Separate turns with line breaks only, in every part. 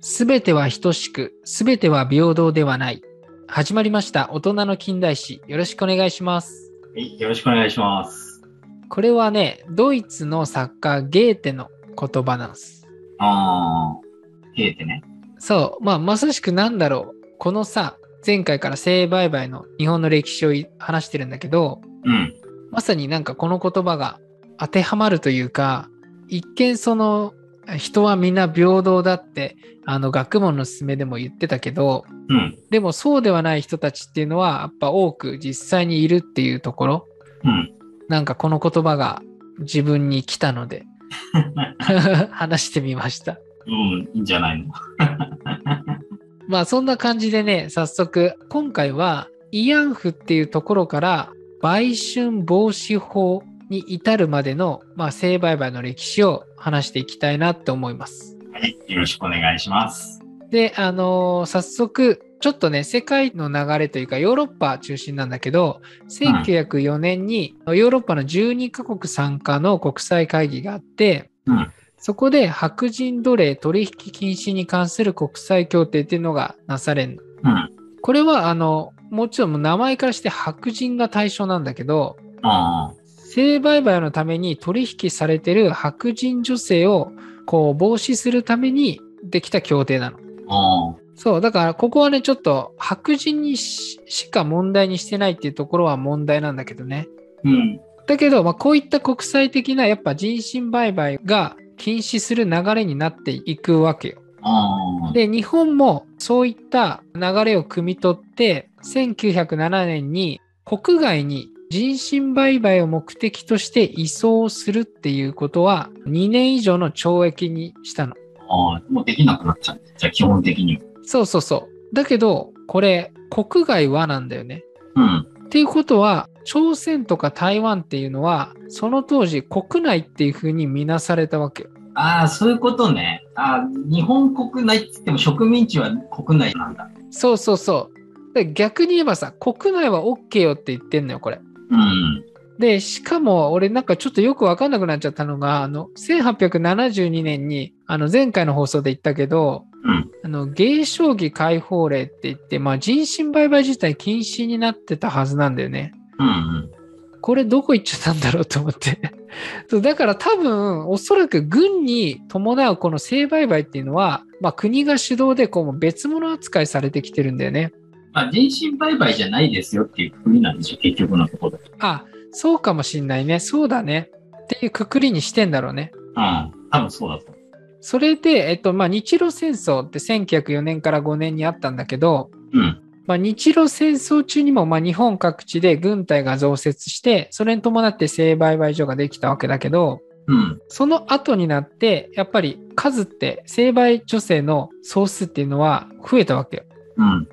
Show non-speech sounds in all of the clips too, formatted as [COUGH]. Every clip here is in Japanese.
すべては等しく、すべては平等ではない。始まりました。大人の近代史。よろしくお願いします。
はい、よろしくお願いします。
これはね、ドイツの作家ゲーテの言葉なんです。
あー、ゲーテね。
そう、まあ、まさしくなんだろう。このさ、前回から性売買の日本の歴史をい話してるんだけど、
うん。
まさになんかこの言葉が当てはまるというか、一見その、人はみんな平等だって、あの、学問の勧めでも言ってたけど、
うん。
でもそうではない人たちっていうのはやっぱ多く実際にいるっていうところ
うん。
なんかこの言葉が自分に来たので話してみました
うん、いいんじゃないの。
まあそんな感じでね早速今回は慰安婦っていうところから売春防止法に至るまでの、まあ、性売買の歴史を話していきたいなって思います
はい、よろしくお願いします。
で、あのー早速、ちょっとね、世界の流れというか、ヨーロッパ中心なんだけど、1904年にヨーロッパの12カ国参加の国際会議があって、
うん
そこで白人奴隷取引禁止に関する国際協定っていうのがなされるの。
うん。
これは、あの、もちろんもう名前からして白人が対象なんだけど、
あ
性売買のために取引されてる白人女性をこう防止するためにできた協定なの。
ー、あ
そう、だからここはね、ちょっと白人にししか問題にしてないっていうところは問題なんだけどね。
ー、うん。
だけど、まあ、こういった国際的なやっぱ人身売買が禁止する流れになっていくわけよ。
あー、
で、日本もそういった流れを汲み取って、1907年に国外に人身売買を目的として移送するっていうことは2年以上の懲役にしたの。
あー、もうできなくなっちゃう。じゃあ、基本的に。
そうそうそう。だけど、これ、国外はなんだよね。
うん。
っていうことは、朝鮮とか台湾っていうのは、その当時国内っていう風に見なされたわけよ。
ああ、そういうことね。あー日本国内って言っても植民地は国内なんだ。
そうそうそう。で逆に言えばさ、国内は OK よって言ってんのよ、これ。
うん。
で、しかも、俺なんかちょっとよくわかんなくなっちゃったのが、あの、1872年に、あの、前回の放送で言ったけど、
うん。
あの、芸将棋解放令って言って、まあ、人身売買自体禁止になってたはずなんだよね。
うん。うん。
これどこ行っちゃったんだろうと思って。 [LAUGHS] そうだから多分、おそらく軍に伴うこの性売買っていうのは、まあ国が主導でこう別物扱いされてきてるんだよね。
まあ、人身売買じゃないですよっていう国なんでしょ、結局のところ。
あ、そうかもしんないね。そうだね。っていうくくりにしてんだろうね。
うん。多分そうだと思
それで、えっと、まあ日露戦争って1904年から5年にあったんだけど、
う。うん。
まあ、日露戦争中にも、まあ、日本各地で軍隊が増設して、それに伴って性売買所ができたわけだけど、
うん。
その後になって、やっぱり数って、成敗女性の総数っていうのは増えたわけよ。
うん。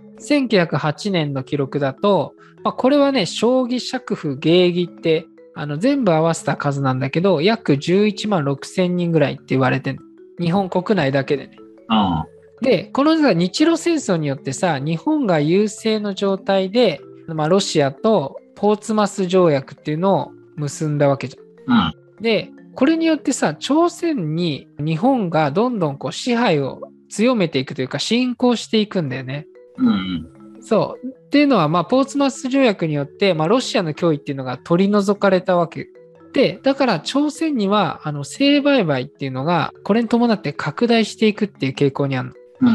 1908年の記録だと、まあ、これはね、将棋、尺婦、芸妓って、あの、全部合わせた数なんだけど、約11万6千人ぐらいって言われてんの日本国内だけでね。
うん。
で、このさ日露戦争によってさ、日本が優勢の状態で、まあ、ロシアとポーツマス条約っていうのを結んだわけじゃん。
うん。
で、これによってさ、朝鮮に日本がどんどんこう支配を強めていくというか、侵攻していくんだよね。
うん
そう。っていうのは、まあ、ポーツマス条約によって、まあ、ロシアの脅威っていうのが取り除かれたわけ。で、だから朝鮮には、あの、性売買っていうのが、これに伴って拡大していくっていう傾向にあるの。
うん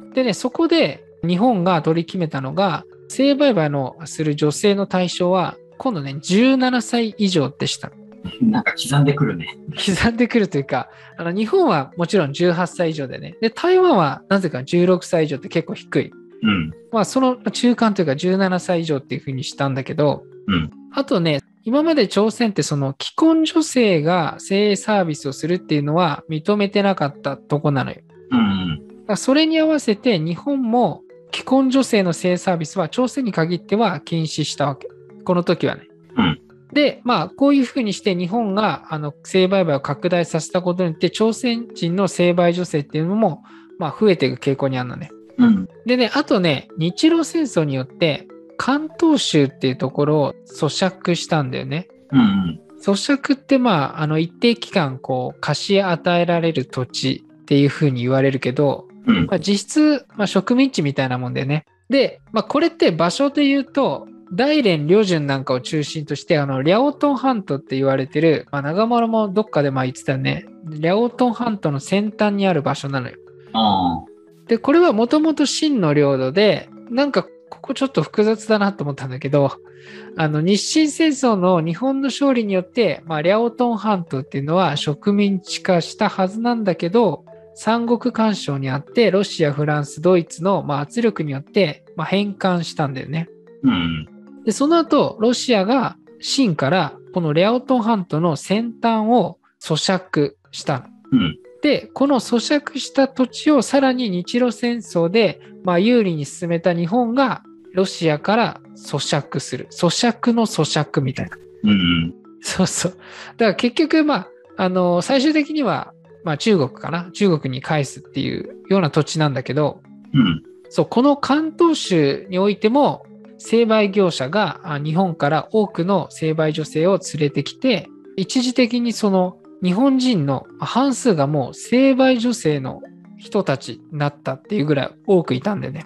うん
でね、そこで日本が取り決めたのが、性売買のする女性の対象は、今度ね、17歳以上ってしたの
うんなんか刻んでくるね。
刻んでくるというか、あの日本はもちろん18歳以上でね、で台湾はなぜか16歳以上って結構低い。
うん。
まあその中間というか17歳以上っていうふうにしたんだけど、
うん
あとね、今まで朝鮮ってその既婚女性が性サービスをするっていうのは認めてなかったとこなのよ。
うん。
だからそれに合わせて日本も既婚女性の性サービスは朝鮮に限っては禁止したわけ。この時はね。
うん
で、まあ、こういうふうにして日本があの性売買を拡大させたことによって、朝鮮人の性売女性っていうのも、まあ、増えていく傾向にあるのね。
うん。
でね、あとね、日露戦争によって、関東州っていうところを咀嚼したんだよね。
うん。
咀嚼ってまあ、あの一定期間こう貸し与えられる土地っていうふうに言われるけど、
うん。うん。
まあ、実質、まあ、植民地みたいなもんでね。で、まあ、これって場所で言うと、大連、旅順なんかを中心として、あの、リャオトン半島って言われてる、まあ、長丸もどっかでまあ言ってたね、リャオトン半島の先端にある場所なのよ。
あ
で、これはもともと秦の領土で、なんかここちょっと複雑だなと思ったんだけど、あの、日清戦争の日本の勝利によって、まあ、リャオトン半島っていうのは植民地化したはずなんだけど、三国干渉にあって、ロシア、フランス、ドイツの、まあ、圧力によって、まあ、返還したんだよね。
あ。うん。
で、その後、ロシアが清からこのレアオトン半島の先端を咀嚼したの。
うん
で、この咀嚼した土地をさらに日露戦争で、まあ、有利に進めた日本がロシアから咀嚼する。咀嚼の咀嚼みたいな。 [LAUGHS]
うん。
そうそう。だから結局、まあ、あの、最終的には、まあ、中国かな。中国に返すっていうような土地なんだけど、
うん。
そう、この関東州においても、成敗業者があ日本から多くの成敗女性を連れてきて、一時的にその日本人のまあ半数がもう成敗女性の人たちになったっていうぐらい多くいたんでね。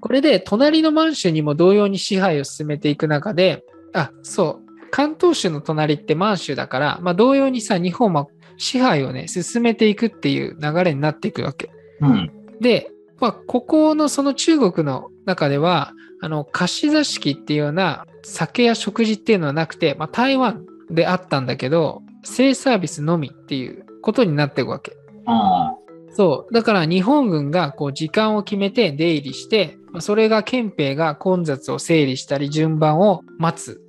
これで隣の満州にも同様に支配を進めていく中で、あ、そう、関東州の隣って満州だから、まあ同様にさ、日本は支配をね、進めていくっていう流れになっていくわけ。
うん。
で、まあ、ここのその中国の中では、あの、貸し座敷っていうような酒や食事っていうのはなくて、まあ、台湾であったんだけど、性サービスのみっていうことになっていくわけ。
ああ。
そう。だから日本軍がこう時間を決めて出入りして、まあそれが憲兵が混雑を整理したり順番を待つ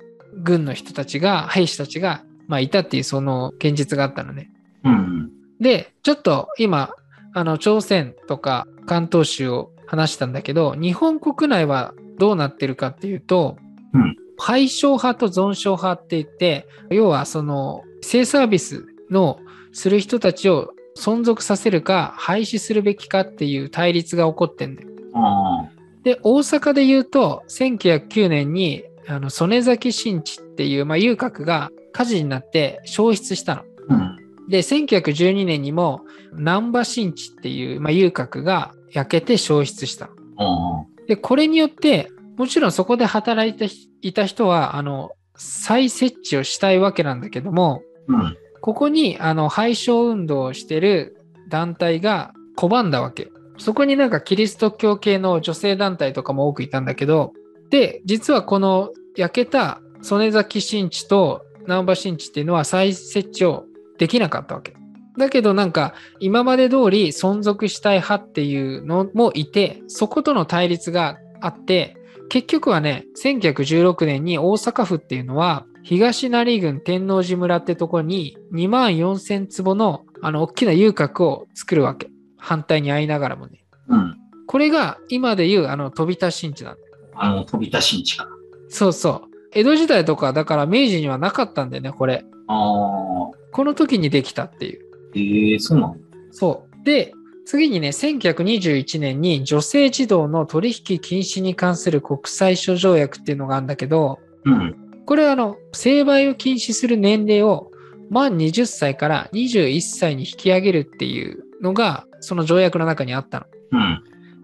軍の人たちが、兵士たちが、まあ、いたっていうその現実があったのね。
うん。
で、ちょっと今、あの、朝鮮とか関東州を話したんだけど、日本国内はどうなってるかっていうと、
うん
廃将派と存将派って言って、要はその、性サービスのする人たちを存続させるか、廃止するべきかっていう対立が起こってんだよ。
ああ。
で、大阪で言うと、1909年に、あの、曽根崎新地っていう、まあ、遊郭が火事になって消失したの。
うん。
で、1912年にも南波新地っていう、まあ、遊郭が焼けて消失した。
ああ。
で、これによって、もちろんそこで働いていた人は、あの、再設置をしたいわけなんだけども、
うん。
ここに、あの、廃消運動をしてる団体が拒んだわけ。そこになんかキリスト教系の女性団体とかも多くいたんだけど、で、実はこの焼けた曽根崎新地と南波新地っていうのは再設置をできなかったわけ。だけどなんか今まで通り存続したい派っていうのもいて、そことの対立があって、結局はね、1916年に大阪府っていうのは、東成郡天王寺村ってとこに2万4000坪のあの大きな遊郭を作るわけ。反対に会いながらもね。
うん。
これが今でいうあの飛び田新地なんだ
あの、飛び出しんちか。
そうそう。江戸時代とかだから明治にはなかったんだよね、これ。
ああ。
この時にできたっていう。
ええそうなの
そう。で、次にね、1921年に女性児童の取引禁止に関する国際諸条約っていうのがあるんだけど、
うん。
これはあの、成敗を禁止する年齢を満20歳から21歳に引き上げるっていうのが、その条約の中にあったの。
うん。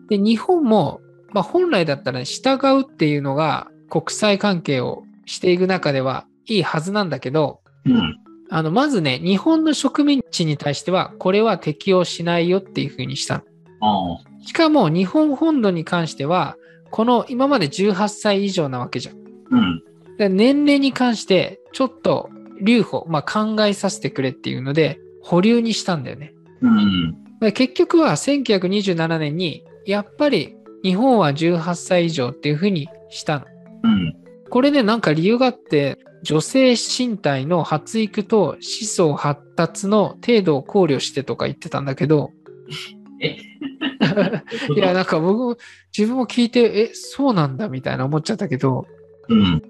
で、日本も、まあ、本来だったらね従うっていうのが国際関係をしていく中ではいいはずなんだけど、
うん。
あの、まずね、日本の植民地に対しては、これは適用しないよっていうふうにしたの
ああ。
しかも、日本本土に関しては、この今まで18歳以上なわけじゃん。
うん。
で年齢に関して、ちょっと留保、まあ、考えさせてくれっていうので、保留にしたんだよね。
うん。
で結局は1927年に、やっぱり日本は18歳以上っていうふうにしたの。
うん。
これね、なんか理由があって、女性身体の発育と思想発達の程度を考慮してとか言ってたんだけど、
え
いや、なんか僕も、自分も聞いて、え、そうなんだみたいな思っちゃったけど、
うん。
ま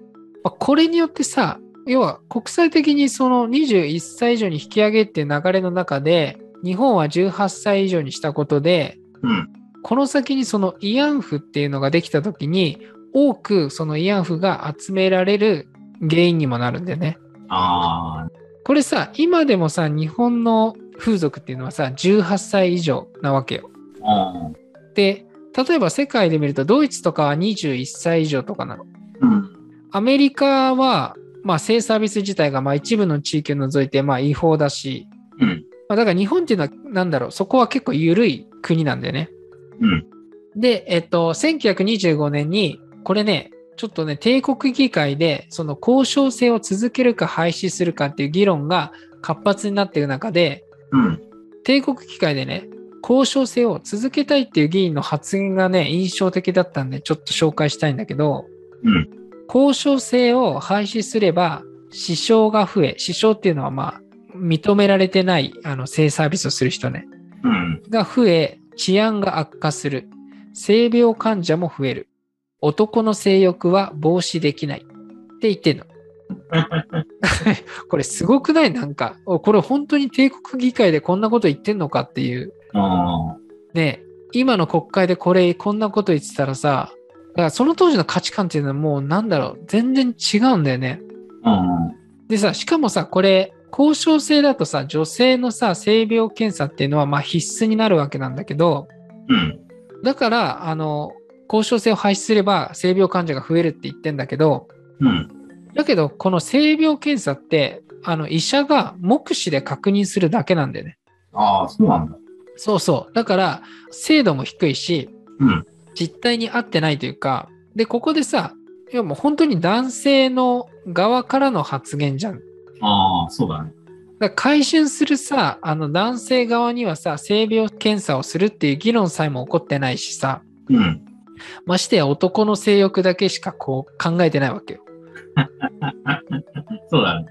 あこれによってさ、要は国際的にその21歳以上に引き上げっていう流れの中で、日本は18歳以上にしたことで、
うん。
この先にその慰安婦っていうのができた時に多くその慰安婦が集められる原因にもなるんだよね。
ああ。
これさ今でもさ日本の風俗っていうのはさ18歳以上なわけよ。
ああ。
で、例えば世界で見ると、ドイツとかは21歳以上とかなの。
うん。
アメリカは、まあ、性サービス自体がまあ一部の地域を除いてまあ違法だし、
うん。
まあ、だから日本っていうのは、なんだろう、そこは結構緩い国なんだよね。
うん。
で、えっと、1925年に、これね、ちょっとね、帝国議会で、その交渉制を続けるか廃止するかっていう議論が活発になっている中で、
うん。
帝国議会でね、交渉制を続けたいっていう議員の発言がね、印象的だったんで、ちょっと紹介したいんだけど、
うん。
交渉制を廃止すれば、支障が増え、支障っていうのはまあ、認められてない、あの、性サービスをする人ね。
うん。
が増え、治安が悪化する。性病患者も増える。男の性欲は防止できない。って言ってんの。これすごくないなんか、おこれ本当に帝国議会でこんなこと言ってんのかっていう。
あ
ねえ今の国会でこれ、こんなこと言ってたらさ、だからその当時の価値観っていうのはもうなんだろう、全然違うんだよね。
あ。うん。
でさ、しかもさ、これ、交渉制だとさ、女性のさ、性病検査っていうのはまあ必須になるわけなんだけど、
うん。
だから、あの、交渉制を廃止すれば性病患者が増えるって言ってんだけど、
うん。
だけど、この性病検査って、あの、医者が目視で確認するだけなんだよね。
ああ、そうなんだ。
そうそう。だから、精度も低いし、
うん。
実態に合ってないというか、で、ここでさ、いやもう本当に男性の側からの発言じゃん。
ああ、そうだね。
だから回春するさ、あの男性側にはさ、性病検査をするっていう議論さえも起こってないしさ、
うん。
ましてや男の性欲だけしかこう考えてないわけよ。
そうだね。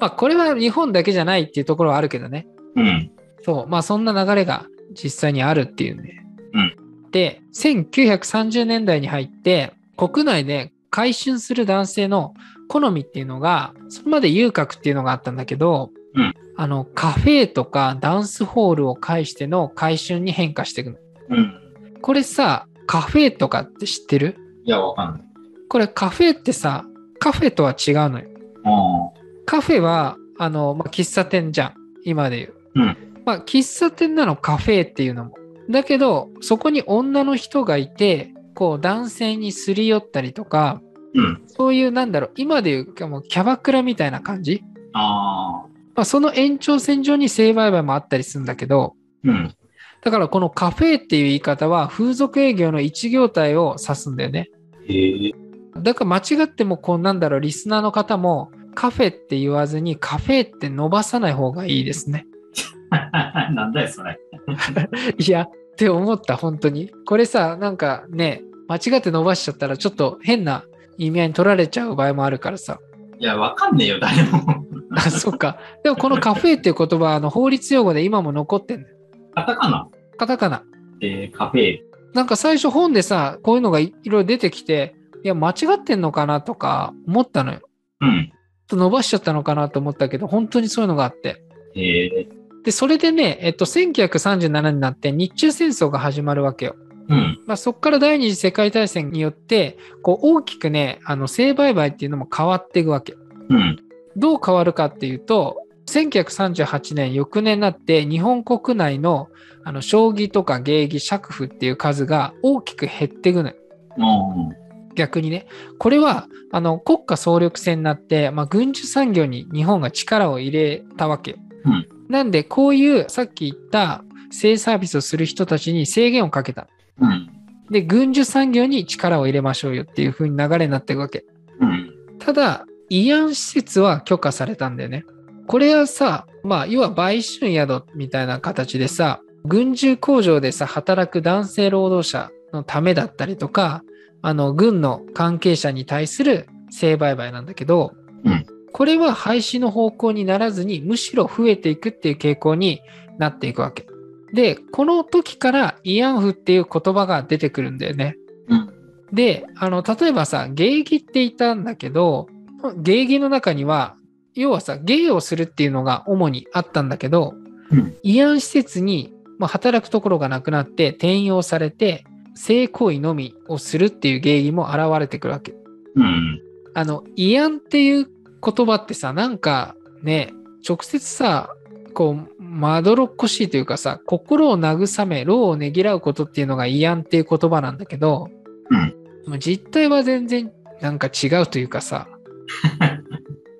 まあこれは日本だけじゃないっていうところはあるけどね。
うん。
そう。まあそんな流れが実際にあるっていうね。
うん
で、1930年代に入って国内で回春する男性の好みっていうのが、それまで遊郭っていうのがあったんだけど、
うん
あのカフェとかダンスホールを介しての回春に変化していくの。
うん。
これさ、カフェとかって知ってる
いや、わかんない。
これカフェってさ、カフェとは違うのよ。
ああ。
カフェは、あの、まあ、喫茶店じゃん。今で言う。
うん
まあ、喫茶店なのカフェっていうのも。だけど、そこに女の人がいて、こう、男性にすり寄ったりとか、
うん。
そういう、なんだろう、今で言う、もうキャバクラみたいな感じ。
ああ。
まあ、その延長線上に性売買もあったりするんだけど、
うん。
だからこのカフェっていう言い方は、風俗営業の一業態を指すんだよね。
へえ。
だから間違っても、こう、なんだろう、リスナーの方も、カフェって言わずに、カフェって伸ばさない方がいいですね。
[LAUGHS] なんだよ、それ。
いや、って思った、本当に。これさ、なんかね、間違って伸ばしちゃったら、ちょっと変な意味合いに取られちゃう場合もあるからさ。
いや、わかんねえよ、誰も。 [LAUGHS]
あ、そっか。でも、このカフェっていう言葉、あの法律用語で今も残ってんのよ。
カタカナ
カタカナ。
えー、カフェ。
なんか最初本でさ、こういうのがいいろいろ出てきて、いや、間違ってんのかなとか思ったのよ。ちょ
うん。
っと伸ばしちゃったのかなと思ったけど、本当にそういうのがあって。
へえ。
で、それでね、えっと、1937年になって日中戦争が始まるわけよ。
うん。
まあ、そこから第二次世界大戦によってこう大きくねあの性売買っていうのも変わっていくわけ
うん。
どう変わるかっていうと1938年翌年になって日本国内のあの将棋とか芸妓爵婦っていう数が大きく減っていくのよ
うん。
逆にねこれはあの国家総力戦になって、まあ、軍需産業に日本が力を入れたわけ、
うん
なんでこういうさっき言った性サービスをする人たちに制限をかけた
うん。
で、軍需産業に力を入れましょうよっていう風に流れになっていくわけ。
うん。
ただ、慰安施設は許可されたんだよね。これはさ、まあ、要は売春宿みたいな形でさ、軍需工場でさ、働く男性労働者のためだったりとか、あの、軍の関係者に対する性売買なんだけど、
うん
これは廃止の方向にならずに、むしろ増えていくっていう傾向になっていくわけ。で、この時から慰安婦っていう言葉が出てくるんだよね。
うん。
で、あの、例えばさ、芸妓っていたんだけど、芸妓の中には、要はさ、芸をするっていうのが主にあったんだけど、
うん
慰安施設に、まあ、働くところがなくなって転用されて、性行為のみをするっていう芸妓も現れてくるわけ。
うん。
あの、慰安っていう言葉ってさ、なんかね、直接さ、こう、まどろっこしいというかさ、心を慰め、労をねぎらうことっていうのが慰安っていう言葉なんだけど、
うん
もう実態は全然なんか違うというか
[LAUGHS]
さ、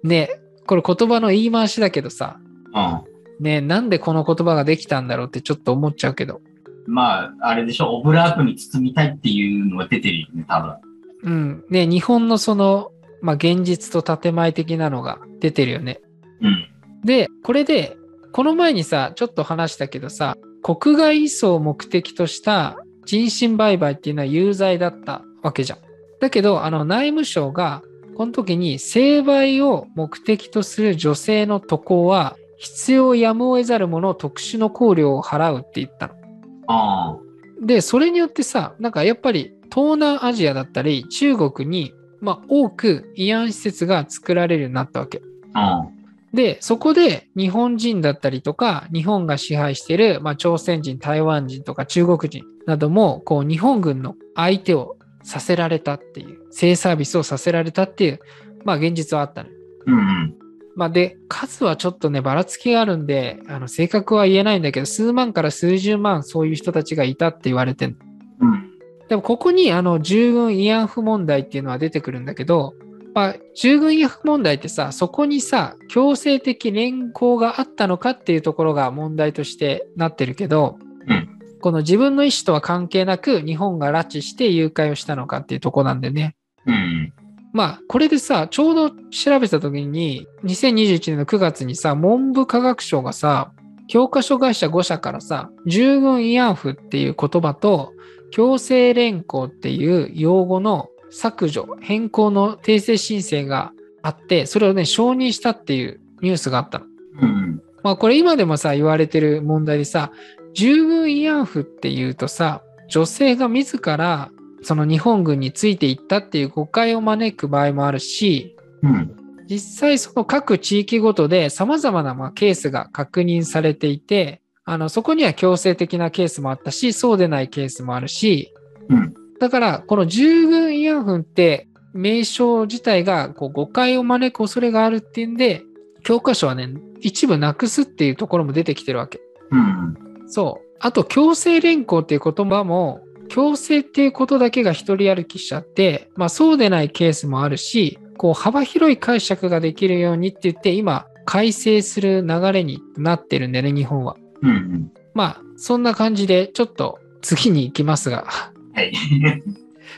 ね、これ言葉の言い回しだけどさ、
うん。
ね、なんでこの言葉ができたんだろうってちょっと思っちゃうけど、
まあ、あれでしょ、オブラートに包みたいっていうのが出てるよね、多分。
うん、ね、日本のその、まあ、現実と建前的なのが出てるよね。
うん。
で、これで、この前にさ、ちょっと話したけどさ、国外移送を目的とした人身売買っていうのは有罪だったわけじゃん。だけど、あの内務省が、この時に成敗を目的とする女性の渡航は、必要やむを得ざる者を特殊の考慮を払うって言ったの。
あ
で、それによってさ、なんかやっぱり東南アジアだったり中国に、まあ、多く慰安施設が作られるようになったわけ。
あ。うん。
で、そこで日本人だったりとか、日本が支配している、まあ、朝鮮人、台湾人とか中国人なども、こう、日本軍の相手をさせられたっていう、性サービスをさせられたっていう、まあ、現実はあったね。
うんうん。
まあ、で、数はちょっとね、ばらつきがあるんで、あの、正確は言えないんだけど、数万から数十万、そういう人たちがいたって言われてる
うん。
でもここにあの従軍慰安婦問題っていうのは出てくるんだけど、まあ、従軍慰安婦問題ってさそこにさ強制的連行があったのかっていうところが問題としてなってるけど、
うん
この自分の意思とは関係なく日本が拉致して誘拐をしたのかっていうとこなんでね。
うん。
まあこれでさちょうど調べた時に2021年の9月にさ文部科学省がさ教科書会社5社からさ従軍慰安婦っていう言葉と強制連行っていう用語の削除変更の訂正申請があってそれをね承認したっていうニュースがあったの。
うん。
まあこれ今でもさ言われてる問題でさ従軍慰安婦っていうとさ女性が自らその日本軍についていったっていう誤解を招く場合もあるし
うん。
実際その各地域ごとで様々なまあケースが確認されていてあのそこには強制的なケースもあったしそうでないケースもあるし
うん。
だからこの従軍慰安婦って名称自体がこう誤解を招く恐れがあるっていうんで教科書はね一部なくすっていうところも出てきてるわけ。
うん。
そう。あと、強制連行っていう言葉も、強制っていうことだけが一人歩きしちゃって、まあそうでないケースもあるし、こう幅広い解釈ができるようにって言って、今、改正する流れになってるんだよね、日本は。
うん。
まあ、そんな感じで、ちょっと次に行きますが。
はい。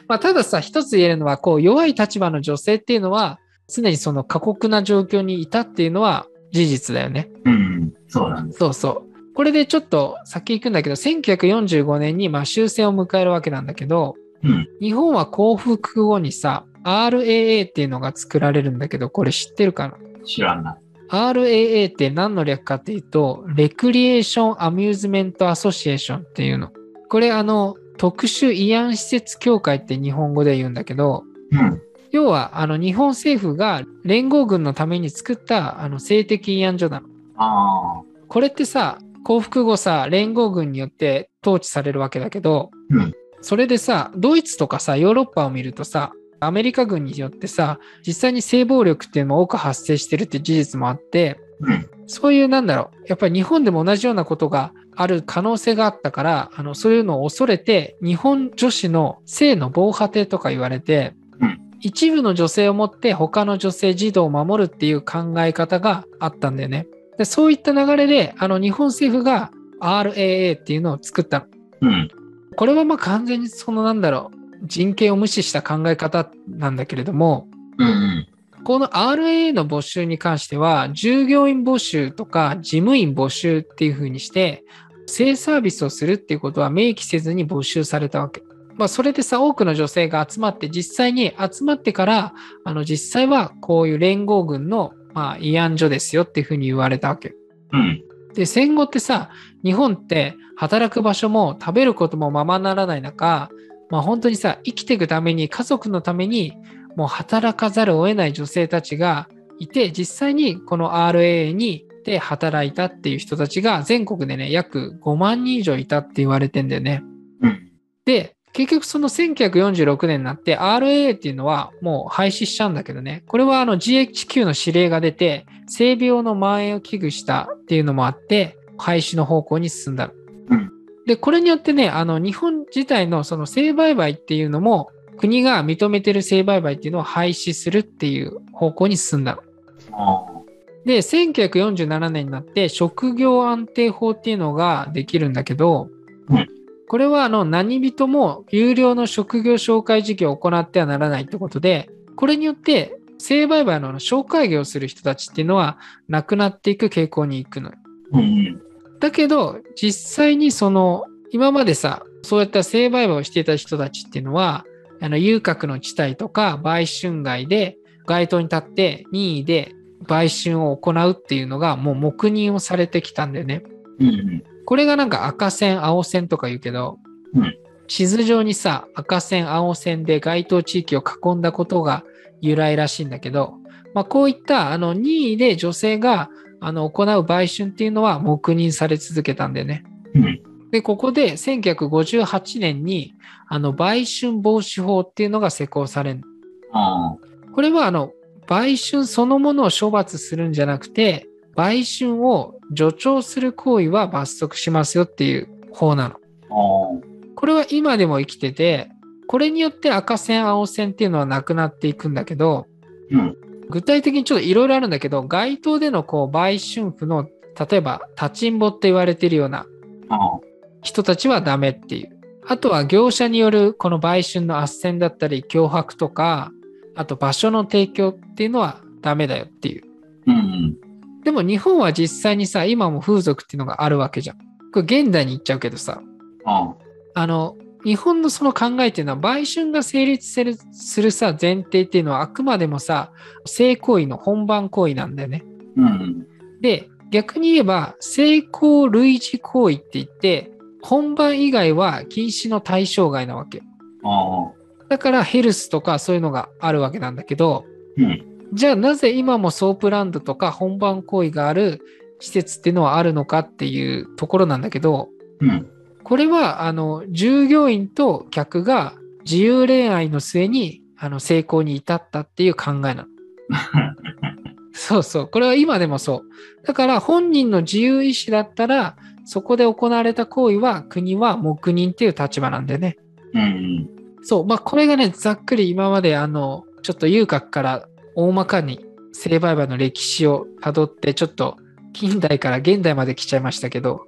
まあ、たださ、一つ言えるのは、こう、弱い立場の女性っていうのは、常にその過酷な状況にいたっていうのは事実だよね。
うん。そうなんだ。
そうそう。これでちょっと先行くんだけど、1945年にまあ終戦を迎えるわけなんだけど、
うん。
日本は降伏後にさ、RAA っていうのが作られるんだけど、これ知ってるかな
知らんな。
?RAA って何の略かっていうと、レクリエーション・アミューズメント・アソシエーションっていうの。これあの、特殊慰安施設協会って日本語で言うんだけど、
うん。
要はあの日本政府が連合軍のために作ったあの性的慰安所なの。
ああ。
これってさ降伏後さ連合軍によって統治されるわけだけど、
うん
それでさドイツとかさヨーロッパを見るとさアメリカ軍によってさ実際に性暴力っていうのも多く発生してるって事実もあって
うん。
そういうなんだろうやっぱり日本でも同じようなことがある可能性があったからあのそういうのを恐れて日本女子の性の防波堤とか言われて、
うん
一部の女性をもって他の女性児童を守るっていう考え方があったんだよね。でそういった流れであの日本政府が RAA っていうのを作ったの
うん。
これはまあ完全にそのなんだろう人権を無視した考え方なんだけれども
うん。うん。
この RAA の募集に関しては従業員募集とか事務員募集っていうふうにして性サービスをするっていうことは明記せずに募集されたわけ。まあ、それでさ多くの女性が集まって実際に集まってからあの実際はこういう連合軍のまあ慰安所ですよっていうふうに言われたわけ。
うん。
で戦後ってさ日本って働く場所も食べることもままならない中、まあ、本当にさ生きていくために家族のためにもう働かざるを得ない女性たちがいて実際にこの RAA にで働いたっていう人たちが全国でね約5万人以上いたって言われてんだよね。
うん。
で結局その1946年になって RAA っていうのはもう廃止しちゃうんだけどねこれはあの GHQ の指令が出て性病の蔓延を危惧したっていうのもあって廃止の方向に進んだの。
うん
で、これによってね、あの、日本自体のその性売買っていうのも、国が認めてる性売買っていうのを廃止するっていう方向に進んだの。
あー
で、1947年になって職業安定法っていうのができるんだけど、
うん
これはあの何人も有料の職業紹介事業を行ってはならないってことで、これによって性売買の紹介業をする人たちっていうのはなくなっていく傾向に行くのよ。
うんうん。
だけど、実際にその、今までさ、そういった性売買をしていた人たちっていうのは、あの、遊郭の地帯とか、売春街で、街頭に立って、任意で売春を行うっていうのが、もう黙認をされてきたんだよね。
うんうん。
これがなんか赤線、青線とか言うけど、
うん
地図上にさ、赤線、青線で該当地域を囲んだことが由来らしいんだけど、まあ、こういったあの任意で女性があの行う売春っていうのは黙認され続けたんだよね。
うん
で、ここで1958年にあの売春防止法っていうのが施行される。
あ
これはあの売春そのものを処罰するんじゃなくて売春を助長する行為は罰則しますよっていう法なの。
あ。ああ。
これは今でも生きててこれによって赤線青線っていうのはなくなっていくんだけど
うん。
具体的にちょっといろいろあるんだけど街頭でのこう売春婦の例えば立ちんぼって言われてるような
ああ。
人たちはダメっていう。あとは業者によるこの売春の斡旋だったり脅迫とかあと場所の提供っていうのはダメだよっていう。
うんうん。
でも日本は実際にさ今も風俗っていうのがあるわけじゃん。これ現代に行っちゃうけどさ
あ
あの日本のその考えっていうのは売春が成立するするさ前提っていうのはあくまでもさ性行為の本番行為なんだよね。
うんうん。
で逆に言えば性行類似行為って言って本番以外は禁止の対象外なわけ。
ああ。
だからヘルスとかそういうのがあるわけなんだけど、
うん。
じゃあなぜ今もソープランドとか本番行為がある施設っていうのはあるのかっていうところなんだけど、
うん。
これはあの従業員と客が自由恋愛の末にあの成功に至ったっていう考えなの。そうそう。これは今でもそう。だから本人の自由意志だったら、そこで行われた行為は国は黙認っていう立場なんでね。
うん。
そう、まあ、これがね、ざっくり今まで、あの、ちょっと遊郭から大まかに性売買の歴史をたどって、ちょっと近代から現代まで来ちゃいましたけど、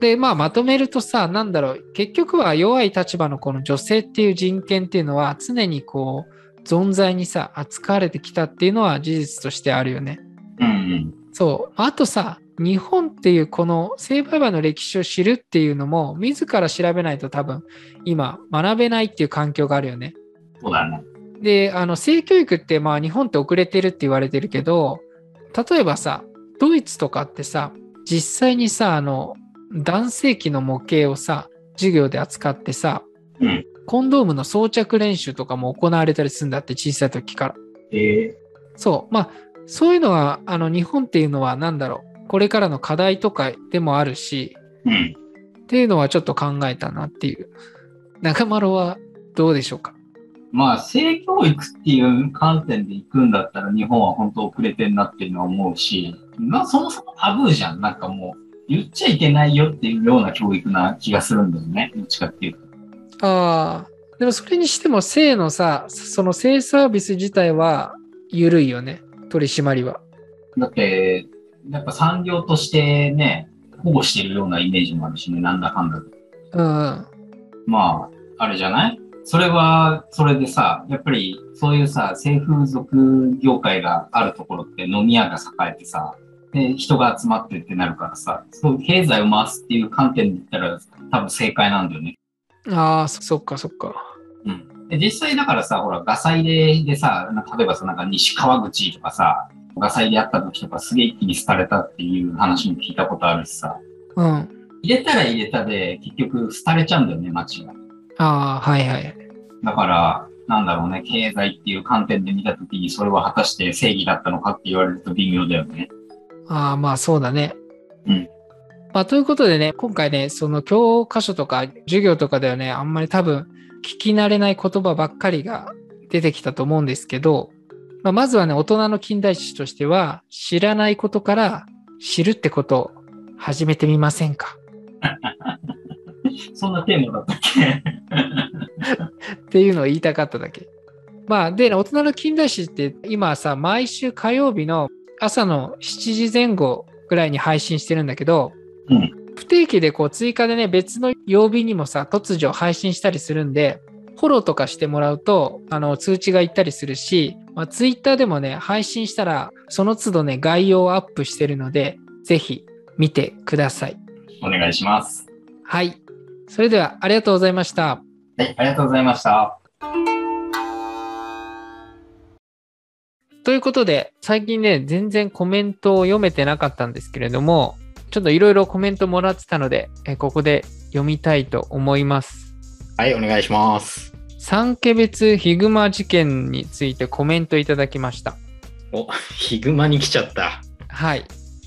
で、まあ、まとめるとさ、なんだろう、結局は弱い立場のこの女性っていう人権っていうのは、常にこう、存在にさ、扱われてきたっていうのは事実としてあるよね。
うん。
そう。あとさ、日本っていうこの性売買の歴史を知るっていうのも、自ら調べないと多分、今、学べないっていう環境があるよね。
そうだね。
であの性教育ってまあ日本って遅れてるって言われてるけど例えばさドイツとかってさ実際にさあの男性器の模型をさ授業で扱ってさ
うん。
コンドームの装着練習とかも行われたりするんだって小さい時から
ええ。
そうまあそういうのはあの日本っていうのは何だろうこれからの課題とかでもあるし
うん。
っていうのはちょっと考えたなっていう中丸はどうでしょうか
まあ、性教育っていう観点で行くんだったら、日本は本当遅れてんなっていうのは思うし、まあ、そもそもタブーじゃん。なんかもう、言っちゃいけないよっていうような教育な気がするんだよね。どっちかっていうと。
ああ、でもそれにしても性のさ、その性サービス自体は緩いよね、取り締まりは。
だって、やっぱ産業としてね、保護してるようなイメージもあるしね、なんだかんだ。
うんうん。
まあ、あれじゃないそれは、それでさ、やっぱり、そういうさ、性風俗業界があるところって飲み屋が栄えてさ、で、人が集まってってなるからさ、そう、経済を回すっていう観点で言ったら、多分正解なんだよね。
ああ、そそっかそっか。
うん。で、実際だからさ、ほら、ガサ入れでさ、なんか例えばさ、なんか西川口とかさ、ガサ入れやった時とかすげえ一気に廃れたっていう話も聞いたことあるしさ、
うん。あ
入れたら入れたで、結局廃れちゃうんだよね、街が。
あ、はいはい。
だから、なんだろうね、経済っていう観点で見たときに、それは果たして正義だったのかって言われると微妙だよね。
ああ、まあそうだね。
うん。
まあということでね、今回ね、その教科書とか授業とかではね、あんまり多分聞き慣れない言葉ばっかりが出てきたと思うんですけど、まあ、まずはね、大人の近代史としては、知らないことから知るってこと始めてみませんか
そんなテーマだったっけ
[LAUGHS]
っていうのを言いたかっただけ。まあ、で、大人の近代史って今さ、毎週火曜日の朝の7時前後ぐらいに配信してるんだけど、
うん
不定期でこう追加でね、別の曜日にもさ、突如配信したりするんで、フォローとかしてもらうと、あの、通知がいったりするし、まあ、ツイッターでもね、配信したら、その都度ね、概要をアップしてるので、ぜひ見てください。
お願いします。
はい。それでは、ありがとうございました。
はい、ありがとうございました。
ということで、最近ね、全然コメントを読めてなかったんですけれども、ちょっといろいろコメントもらってたので、えここで読みたいと思います。
はい、お願いします。
三家別ヒグマ事件についてコメントいただきました。
お、ヒグマに来ちゃった。
はい。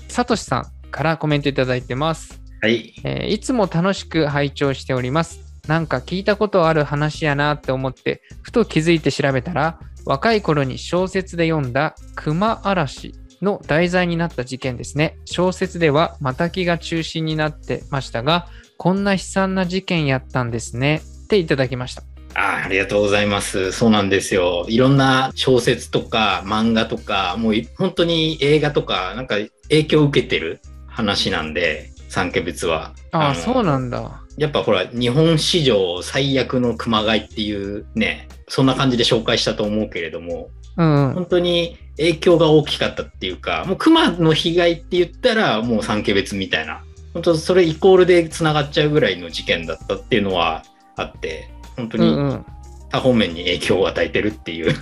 さとしさんからコメントいただいてます、
はい。
えーいつも楽しく拝聴しております。なんか聞いたことある話やなって思って、ふと気づいて調べたら、若い頃に小説で読んだ熊嵐の題材になった事件ですね。小説ではマタキが中心になってましたが、こんな悲惨な事件やったんですね。っていただきました。
あーありがとうございます。そうなんですよ。いろんな小説とか漫画とか、もうい本当に映画とか、なんか影響を受けてる話なんで、三家別は。
ああ、
の
そうなんだ。
やっぱほら、日本史上最悪の熊谷っていうね、そんな感じで紹介したと思うけれども、
うん、うん。
本当に影響が大きかったっていうか、もう熊の被害って言ったら、もう三家別みたいな、本当それイコールで繋がっちゃうぐらいの事件だったっていうのはあって、本当
うん
に
うん、
他方面に影響を与えてるっていう、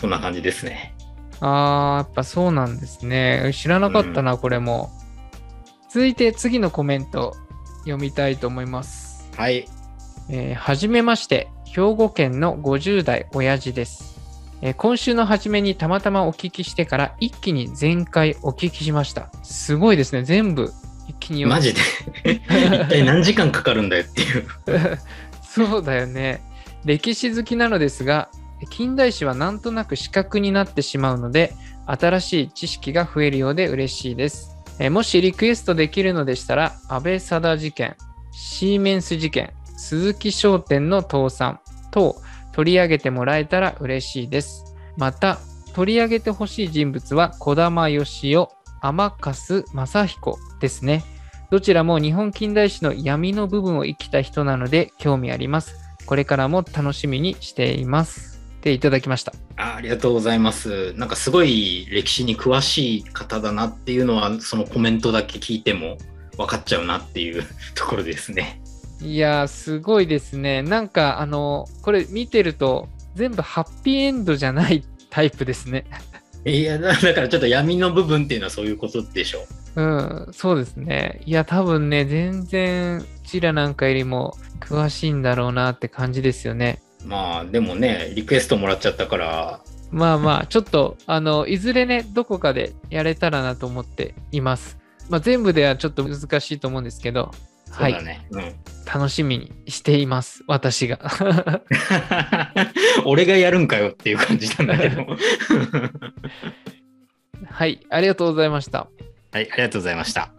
そんな感じですね。
ああ、やっぱそうなんですね。知らなかったな、これも。続いて次のコメント読みたいと思います。
はい。
えーはじめまして、兵庫県の50代親父です。えー今週の初めにたまたまお聞きしてから一気に全回お聞きしました。すごいですね、全部一気に読む
マジで [LAUGHS] 一体何時間かかるんだよっていう。
そうだよね。歴史好きなのですが、近代史はなんとなく視覚になってしまうので、新しい知識が増えるようで嬉しいです。えーもしリクエストできるのでしたら、安倍貞事件、シーメンス事件、鈴木商店の倒産等取り上げてもらえたら嬉しいです。また、取り上げてほしい人物は児玉義雄、天粕正彦ですね。どちらも日本近代史の闇の部分を生きた人なので興味あります。これからも楽しみにしています。っていただきました。
あありがとうございます。なんかすごい歴史に詳しい方だなっていうのは、そのコメントだけ聞いても分かっちゃうなっていう [LAUGHS] ところですね。
いやー、すごいですね。なんか、あの、これ見てると、全部ハッピーエンドじゃないタイプですね。
[LAUGHS]
[LAUGHS]
いやだだからちょっと闇の部分っていうのはそういうことでしょう。
うん、そうですね。いや、多分ね、全然、うちらなんかよりも詳しいんだろうなって感じですよね。
まあでもねリクエストもらっちゃったから
まあまあ、ちょっと、あの、いずれね、どこかでやれたらなと思っています。まあ、全部ではちょっと難しいと思うんですけど、
そ
は
うだ
い、
ね、
楽しみにしています、私が。 [LAUGHS]
うん、 [LAUGHS] 俺がやるんかよっていう感じなんだけど [LAUGHS] は
はい、ありがとうございました。
いありがとうございました。